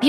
美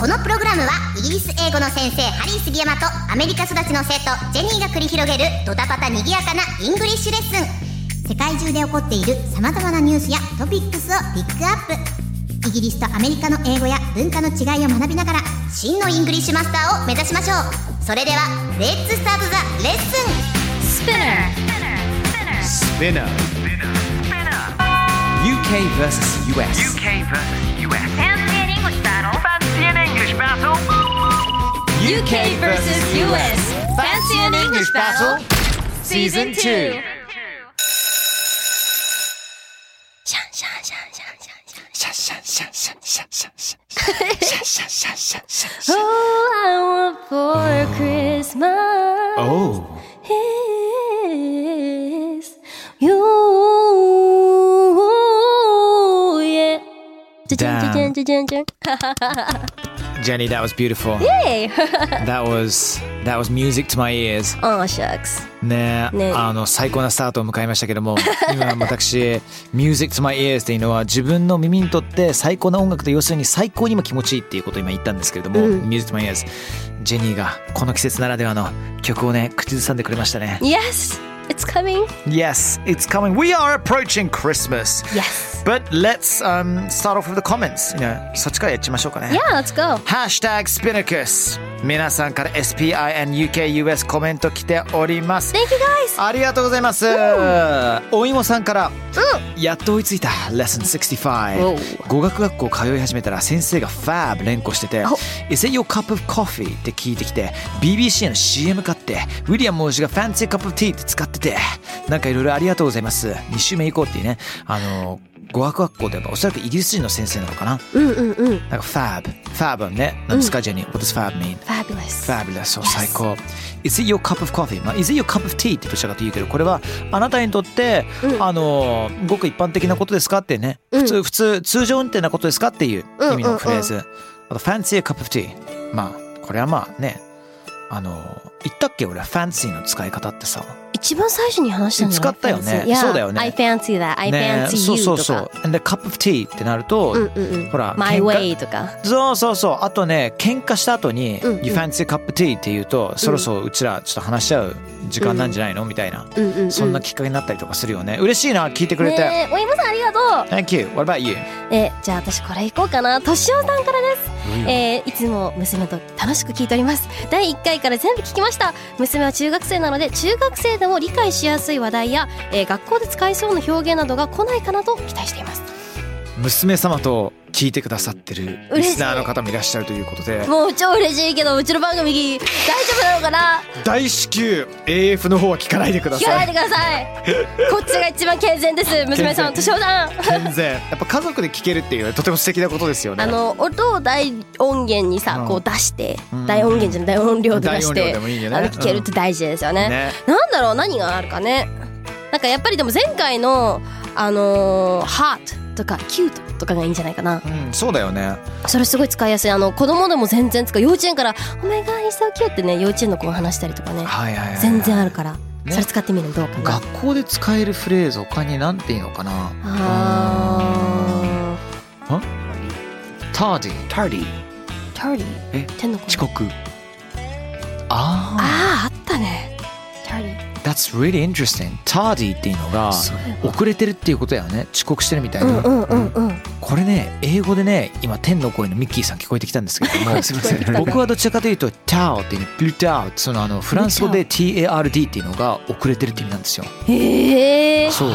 このプログラムはイギリス英語の先生ハリー杉山とアメリカ育ちの生徒ジェニーが繰り広げるドタパタにぎやかなイングリッシュレッスン世界中で起こっている様々なニュースやトピックスをピックアップイギリスとアメリカの英語や文化の違いを学びながら真のイングリッシュマスターを目指しましょうそれではレッツスタートザレッスン Spinner. UK versus US. UK versus US. Fancy an English battle. Fancy an English battle. UK versus US. Fancy an English battle? Season 2. Oh. Jenny, that was beautiful. Hey! That was that was music to my ears. あー、shucks. ねねあの最高なスタートを迎えましたけど も今私「Music to my ears」っていうのは自分の耳にとって最高な音楽で要するに最高にも気持ちいいっていうことを今言ったんですけれども「Music to my ears」ジェニーがこの季節ならではの曲をね口ずさんでくれましたね Yes! It's coming! Yes, it's coming. We are approaching Christmas. Yes! But let's um, start off with the comments. You know, そっちからやっちゃいましょうかね。 Yeah, let's go! Hashtag Spinnacus 皆さんから SPINUKUS コメント来ております Thank you guys! ありがとうございます、お芋さんから、やっと追いついたレッスンおう65語学学校通い始めたら先生がファーブ連呼しててお「Is it your cup of coffee?」って聞いてきて BBC の CM 買ってウィリアム王子が「Fancy cup of tea」って使っててなんかいろいろありがとうございます2週目行こうっていうねあの語学学校ではおそらくイギリス人の先生なのかなうんうんうん。なんか fab。fab はね、なんですか、ジェニー。What does fab mean? Fabulous. fabulous を最高。Is it your cup of coffee? まあ、Is it your cup of tea? ってどちらかと言うけど、これはあなたにとって、うんあの、ごく一般的なことですかってね、普通、普通、通常運転なことですかっていううん意味のフレーズ。あと、fancy a cup of tea。まあ、これはまあね、あの、言ったっけ俺は fancy の使い方ってさ。一番最初に話したんじゃない使ったよね Fancy. Yeah. そうだよね I fancy that. I ね fancy そう you そうとそかう。。And the cup of tea ってなると、うんうんうん。ほら、 My 喧嘩 way とか。そうそうそうあとね喧嘩した後に「うんうん You fancy cup of tea」って言うと、そろそろうちらちょっと話し合う時間なんじゃないの、みたいな、うんうんうん。そんなきっかけになったりとかするよね嬉しいな聞いてくれて、ねえ、おいもさんありがとう Thank you what about you えじゃあ私これいこうかなとしおさんからです、えーいつも娘と楽しく聞いております第1回から全部聞きました娘は中学生なので中学生でも理解しやすい話題や、えー学校で使えそうな表現などが来ないかなと期待しています娘様と聞いてくださってる嬉しいリスナーの方もいらっしゃるということでもう超嬉しいけどうちの番組大丈夫なのかな大至急 AF の方は聞かないでくだ聞かなさいいでくださいこっちが一番健 全です娘さんとしおさん全然やっぱ家族で聞けるっていうのはとても素敵なことですよねあの音を大音源にさ、うんこう出して、うん大音源じゃない大音量で出して大音量でもいいよねあの聞けるって大事ですよね,、ねなんだろう何があるかねなんかやっぱりでも前回のあのー「ハート」とか「キュート」とかがいいんじゃないかなうんそうだよねそれすごい使いやすいあの子供でも全然使う幼稚園から「お前がいそうキュー」ってね幼稚園の子が話したりとかねはいはいはい全然あるから、ねそれ使ってみるのどうかな学校で使えるフレーズ他に何て言うのかなあターディターディーターリえー天の声遅刻ああああったねターリーあ That's really interesting ターディっていうのがそういえば遅れてるっていうことやよね遅刻してるみたいうな、んうんうんうんこれね英語でね今天の声のミッキーさん聞こえてきたんですけ どもすいません僕はどちらかというとタオっていうねブルタオそのあのフランス語で TARD っていうのが遅れてるって意味なんですよへえそう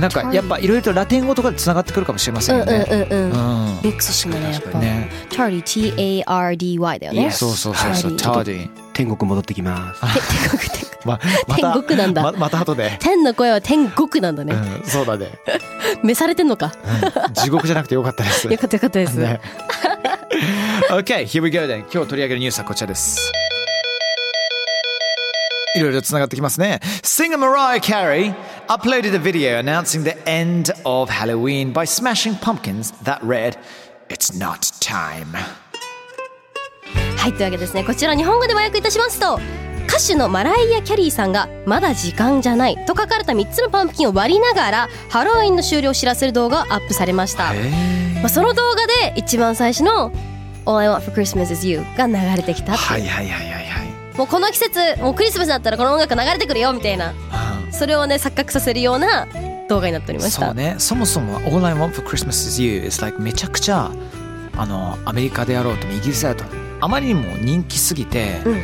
なんかやっぱいろいろとラテン語とかでつながってくるかもしれまうせんんうよねんうんううんん、ミックスしないねやっぱねターリー TARDY だよねそうそうそうそうターディ 天国戻ってきます。て天国天国ままた天国なんだ、ままた後で、天の声は天国なんだね、うん、そうだね 召されてんのか地獄じゃなくてよかったですよかったよかったです、ね okay, here we go then. 今日取り上げるニュースはこちらです。いろいろつながってきますね。Singer Mariah Carey uploaded a video announcing the end of Halloween by smashing pumpkins that read, It's not time. はいというわけでですねこちら日本語で和訳いたしますと歌手のマライア・キャリーさんが「まだ時間じゃない」と書かれた3つのパンプキンを割りながらハロウィンの終了を知らせる動画がアップされました、まあ、その動画で一番最初の「All I want for Christmas is you」が流れてきたはいはいはいはいはい。もうこの季節もうクリスマスだったらこの音楽流れてくるよみたいなそれをね錯覚させるような動画になっておりましそうたね、そもそも All I want for Christmas is you is like めちゃくちゃあのアメリカであろうともイギリスであろうともあまりにも人気すぎて、うん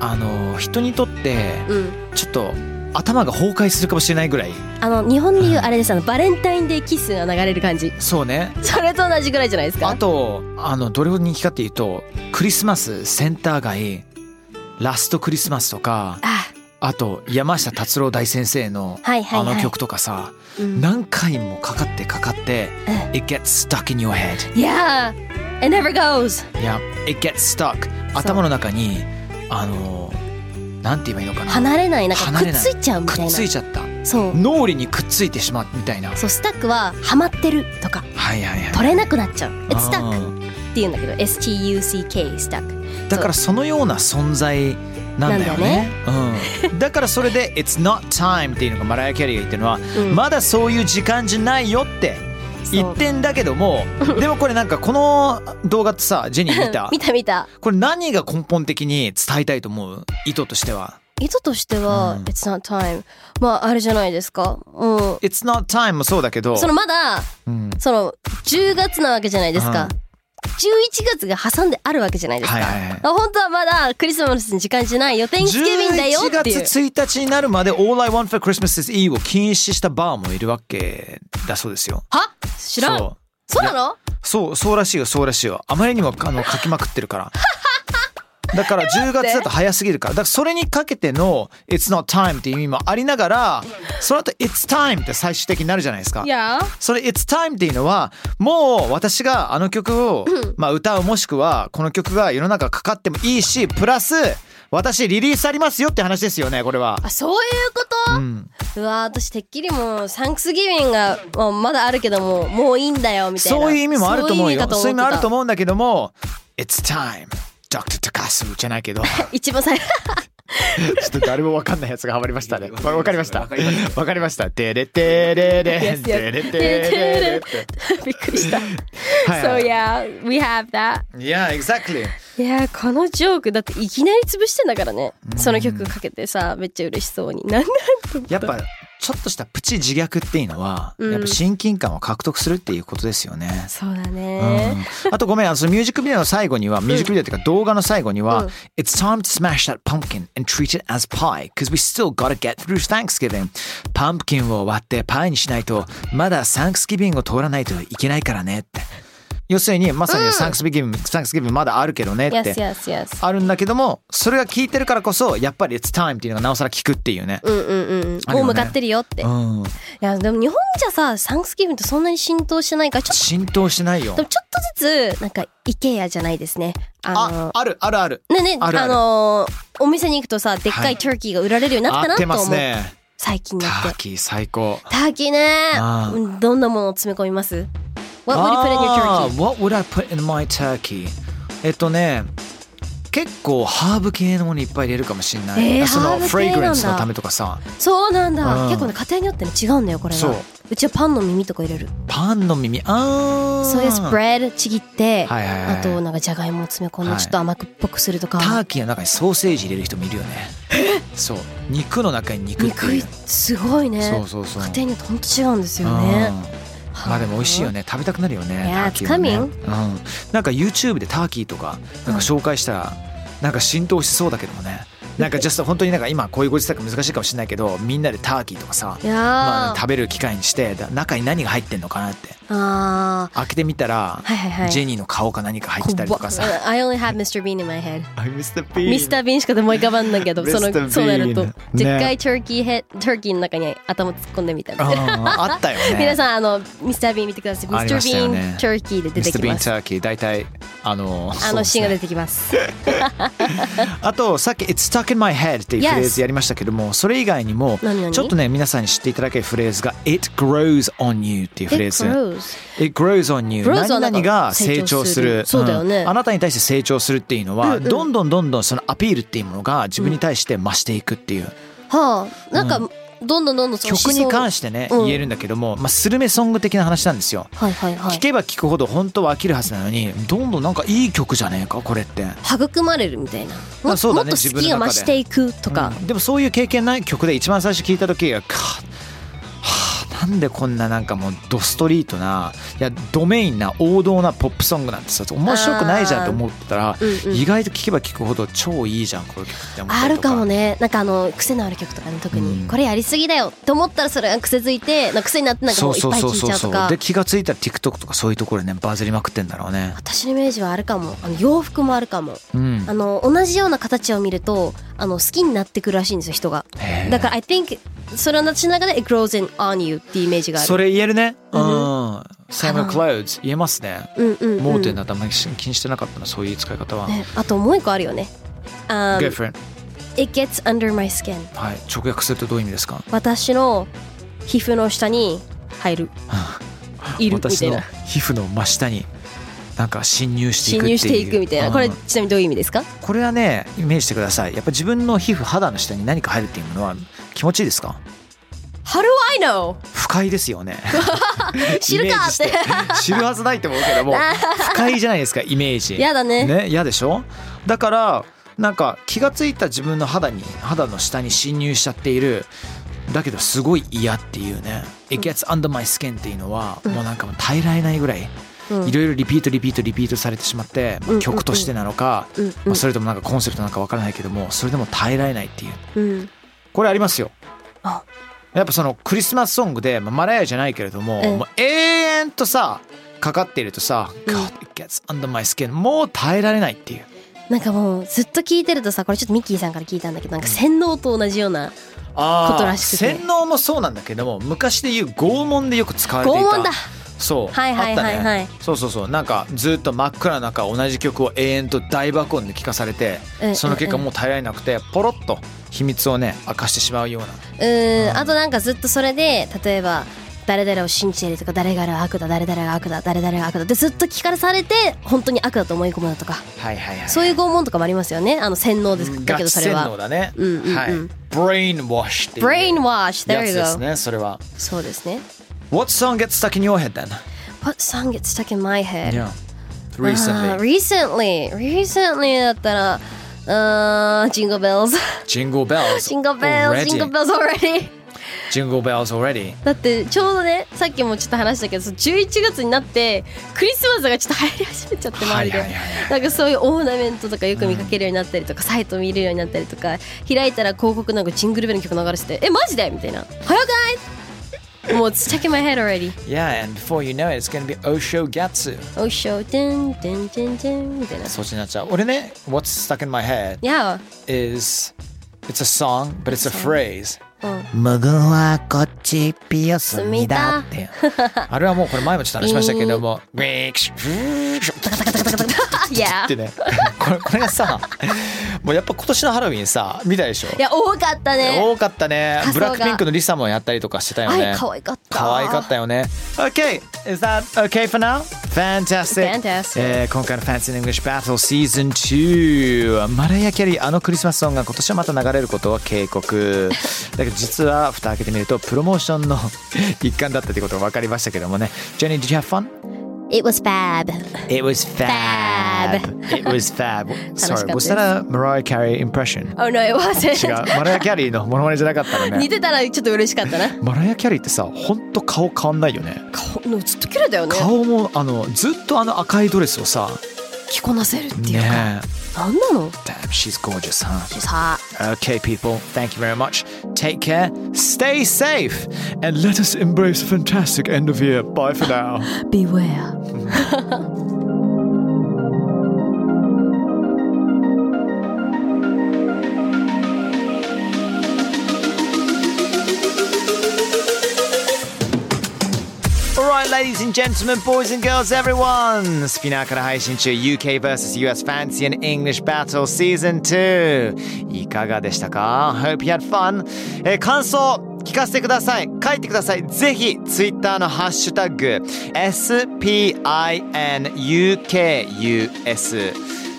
あの人にとってうんちょっと頭が崩壊するかもしれないぐらいあの日本でいうあれですあのバレンタインデーキッスが流れる感じそうねそれと同じぐらいじゃないですあかとあのどれほど人気かっていうとクリスマスセンター街ラストクリスマスとかああと山下達郎大先生のはいはいあはいの曲とかさ、うん何回もかかってかかってう It gets stuck in your head Yeah, it never goes. いや、it gets stuck 頭の中にあのなんて言えばいいのかな離れない、なんか離くっれないついちゃうみたくいっな。ついちゃったそう、脳裏にくっついてしまうみたいなはいそうスタックはハマってるとかはいはい取れなくなっちゃう。It's あ stuck っーて言うんだけど、S T U C K stuck。だからそのような存在なんだよねうん、だからそれで「It's not time」っていうのがマライア・キャリーが言ってるのは、うんまだそういう時間じゃないよって言ってんだけど もでもこれなんかこの動画ってさジェニー見た 見た見た。これ何が根本的に伝えたいと思う意図としては意図としては、うん It's not time。まああれじゃないですか。うん。「It's not time」もそうだけどそのまだうん、その10月なわけじゃないですうかん。 11月が挟んであるわけじゃないですか。はいはいはいあ本当はまだクリスマスの時間じゃないよ。Thanksgiving だよ11って月いう。 1日になるまで All I Want for Christmas is Eve を禁止したバーもいるわけだそうですよ。は？知らん。そうそうなの？そうそうらしいよそうらしいよあまりにもあ の書きまくってるからだから10月だと早すぎるからだからそれにかけての「It's not time」っていう意味もありながらその後 It's time」って最終的になるじゃないですかい。や。それ「It's time」っていうのはもう私があの曲を、まあ、歌うもしくはこの曲が世の中かかってもいいしプラス私リリースありますよって話ですよねこれは。あそういうこと？うん、うわー私てっきりもうサンクスギビングがもうまだあるけどももういいんだよみたいなそういう意味もあると思うよ。そういう意味あるとう思うんだけども「It's time」「Dr. 高須」じゃないけ どちょ意味かと思ってた一っ番最と誰もわかんないやつがハマりましたね。わわかりました。わかりました。てれてれれんてれてれれって。 びっくりしたはいは So い yeah we have that Yeah, exactly. いやーこのジョークだっていきなり潰してんだからねその曲かけてさめっちゃ嬉しそうになんなんと思たやっぱちょっとしたプチ自虐っていうのは、うんやっぱ親近感を獲得するっていうことですよね。そうだうねんあとごめんあのそのミュージックビデオの最後にはミュージックビデオっていうか動画の最後には、うん It's time to smash that pumpkin and treat it as pie because we still gotta get through Thanksgiving パンプキンを割ってパイにしないとまだサンクスギビングを通らないといけないからねって要するにまさにサンクスギビング、サンクスギビングまだあるけどねって Yes yes yes あるんだけどもそれが効いてるからこそやっぱり It's time っていうのがなおさら効くっていうね、うんうんうんうんあるよねもう向かってるよっていうん、やでも日本じゃさサンクスギビングってそんなに浸透してないからちょっと浸透してないよでもちょっとずつなんか IKEA じゃないですねあのああるあるあるねねああるあるのーお店に行くとさでっかはいいトゥーキーが売られるようになった合なっとて思まう、すね最近にタなっーてキー最高ターキーねあーうんどんなものを詰め込みます What would you put in your あ turkey? ー What would I put in my turkey? えっとね結構ハーブ系のものいっぱい入れるかもしれない、えーそハーのブ系フレグランスなんのだためとかさそうなんだうん結構ね家庭によってね違うんだよこれそがううちはパンの耳とか入れるパンの耳あーそういうスプレッドちぎって、はいはいはいあとなんかじゃがいもを詰め込んではいちょっと甘くっぽくするとか、ターキーの中にソーセージ入れる人もいるよねそう肉の中に肉って肉いいうすごいねそうそうそう家庭によってほんと違うんですよねうんまあでも美味しいよねね食べたくなるよね Yeah, ターキーはね it's うん、なんか YouTube でターキーとかなんか紹介したらなんか浸透しそうだけどもねなんか just 本当になんか今こういうご時世だから難しいかもしれないけどみんなでターキーとかさいやー、まああ、食べる機会にしてだ中に何が入ってんのかなってあ開けてみたら、ーはいはいはいジェニーの顔か何か入ってたりとかさこわ I only have Mr. Bean in my head 「I miss the bean ミスター・ビーンしかでも思い浮かばんだけど Mr. そのそうなるとねでっかいトーキーヘトーキーの中に頭突っ込んでみたい な、うんあったよね皆さんあのミスター・ビーン見てくださいミあスりター・まビしたよーン、ねトーキーで出ミてスターきビーまンすターキー大体あのあのシーンが出ててきます。あとさっき「It's stuck in my head」っていうフレーズ Yes やりましたけどもそれ以外にも何々ちょっとね皆さんに知っていただけるフレーズが「It grows on you」っていうフレーズ It grows on you. grows は何々が成長する。成長するそうだよねんあなたに対して成長するっていうのは、うんうんどんどんどんどんそのアピールっていうものが自分に対して増していくっていう。はあ、なんか、どんどんどんどんその、曲に関しててね、うん言えるんだけども、まあ、スルメソング的な話なんですよ。はいはいは聞けば聞くほど本当は飽きるはずなのに、どんどんなんかいい曲じゃねえか、これって。い、育まれるみたいな。も,、あそうだねもっと好きが増していくとか。うんでもそういう経験ない曲で一番最初聞いた時は、かはあなんでこんななんかもうドストリートないやドメインな王道なポップソングなんてさ面白くないじゃんと思ったら、うんうん意外と聴けば聴くほど超いいじゃんこの曲って思ったりとかあるかもねなんかあの癖のある曲とかね特に、うんこれやりすぎだよと思ったらそれが癖づいてなんか癖になってなんかそもうういっそうぱいそう聴いそちうゃうそとうかで気がついたら TikTok とかそういうところでねバズりまくってんだろうね私のイメージはあるかもあの洋服もあるかもうんあの同じような形を見るとあの好きになってくるらしいんですよ人がへえだから I think それは私の中で It grows in on you っていうイメージがあるそれ言えるねううんん Summer Clouds 言えますねうんうん、うん、盲点だったあんまり気にしてなかったなそういう使い方は、ね、あともう一個あるよね。あ Girlfriend It gets under my skin。はい直訳するとどういう意味ですか私の皮膚の下に入る。いるみた私いのな。皮膚の真下になんか侵入してい侵くっていう入していくみたいな。これうんちなみにどういう意味ですか？これはねイメージしてくださいやっぱ自分の皮膚肌の下に何か入るっていうのは気持ちいいですか How do I know？不快ですよねイメー 知るかってジして知るはずないと思うけ ども不快じゃないですかイメージやだね。ね嫌でしょだからなんか気がついた自分の肌に肌の下に侵入しちゃっているだけどすごい嫌っていうね「It gets under my skin」っていうのはもうなんかもう耐えられないぐらいうんいろいろリピートリピートリピートされてしまって、まあうん曲としてなのか、うんうんまあ、それともなんかコンセプトなんかわからないけどもそれでも耐えられないっていううんこれありますよあやっぱそのクリスマスソングで、まあ、マラヤじゃないけれども,、うんもう永遠とさかかっているとさ「うん God it gets under my skin」もう耐えられないっていうなんかもうずっと聞いてるとさ、これちょっとミッキーさんから聞いたんだけど、なんか洗脳と同じようなあーことらしくて洗脳もそうなんだけども昔で言う拷問でよく使われてい拷た問だ。そうはいはいはいあったはねいそうそうそうなんかずっと真っ暗な中同じ曲を永遠と大爆音で聴かされてうんその結果うんもう耐えられなくてポロッと秘密をね明かしてしまうようなうーんあとなんかずっとそれで例えば誰々を信じているとか誰々は悪だ誰々が悪だ誰々が悪だってずっと聞かされて本当に悪だと思い込むだとかはいはいはいそういう拷問とかもありますよねあの洗脳ですだガけチどそれ洗脳はだね、うんうんうんはいブレインワッシュっていうブレインワッシュ there や you つ go ですねそれはそうですね What song gets stuck in your head then? What song gets stuck in my head? Yeah あー Recently recently recently だったらうーん Jingle Bells Jingle bells Jingle Bells already. Jingle Bells already Jingle bells already だってちょうどねさっきもちょっと話したけどその11月になってクリスマスがちょっと流行り始めちゃって周りで、はいはいはいなんかそういうオーナメントとかよく見かけるようになったりとか、サイト見るようになったりとか開いたら広告なんかジングルベルの曲流しててえマジでみたいな早くないもう it's checking my head already Yeah and before you know it it's gonna be Osho Gatsu おいしょてんてんてんてんみたいなそっちになっちゃう俺ね What's stuck in my head いや is It's a song but it's a phrase うん無言はこっちピアスみだって あれはもうこれ前もちょっと話しましたけどもウィクシュフーシュいや ってねこれこれがさもうやっぱ今年のハロウィンさ見たでしょいや多かったね多かったね仮ブ装がラックピンクのリサもやったりとかしてたよあねれ可愛かった可愛かったよね OK is that okay for now? Fantastic, Fantastic えー今回の Fancy in English Battle Season 2マライア・キャリーあのクリスマスソングが今年はまた流れることを警 告だけど実は蓋開けてみるとプロモーションの 一環だったってことが分かりましたけどもね Jenny did you have fun? It was fab It was fab. Fab. It was fab. しかった Sorry, で was す that a Mariah Carey impression? Oh no it 違 wasn't う、マライア・キャリーのモノマネじゃなかったのね。似てたらちょっと嬉しかったなマライア・キャリーってさ、ほんと顔変わんないよね。顔のずっと綺麗だよね顔もあのずっとあの赤いドレスをさ、着こなせるっていうか、ねえ。なんなの Damn, she's gorgeous, huh? She's hot Okay, people, thank you very much. Take care, stay safe, and let us embrace a fantastic end of year. Bye for now. Beware Alright, Ladies and gentlemen, boys and girls, everyone! スピナーから配信中 UK vs.US Fancy and English Battle Season 2! いかがでしたか ?Hope you had fun! えー感想聞かせてください書いてくださいぜひ Twitter のハッシュタグ SPINUKUS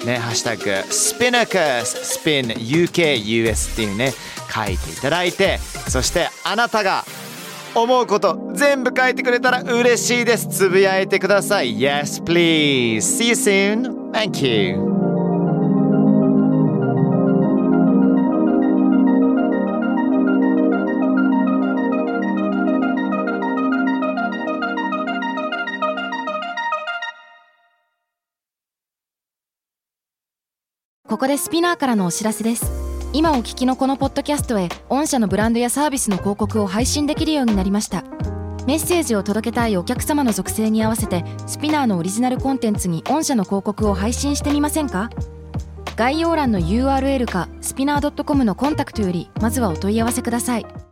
ね、ハッシュタグスピナカススピン UKUS っていうね書いていただいてそしてあなたが思うこと全部書いてくれたら嬉しいですつぶやいてください Yes please See you soon Thank you ここでスピナーからのお知らせです今お聞きのこのポッドキャストへ御社のブランドやサービスの広告を配信できるようになりましたメッセージを届けたいお客様の属性に合わせてスピナーのオリジナルコンテンツに御社の広告を配信してみませんか概要欄の URL かスピナー .com のコンタクトよりまずはお問い合わせください